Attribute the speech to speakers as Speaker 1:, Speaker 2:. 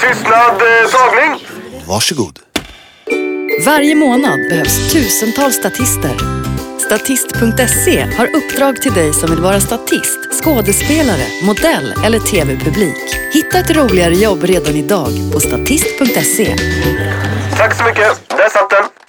Speaker 1: Tystnad, eh, tagning.
Speaker 2: Varsågod.
Speaker 3: Varje månad behövs tusentals statister. Statist.se har uppdrag till dig som vill vara statist, skådespelare, modell eller tv-publik. Hitta ett roligare jobb redan idag på statist.se.
Speaker 1: Tack så mycket. Där satt den.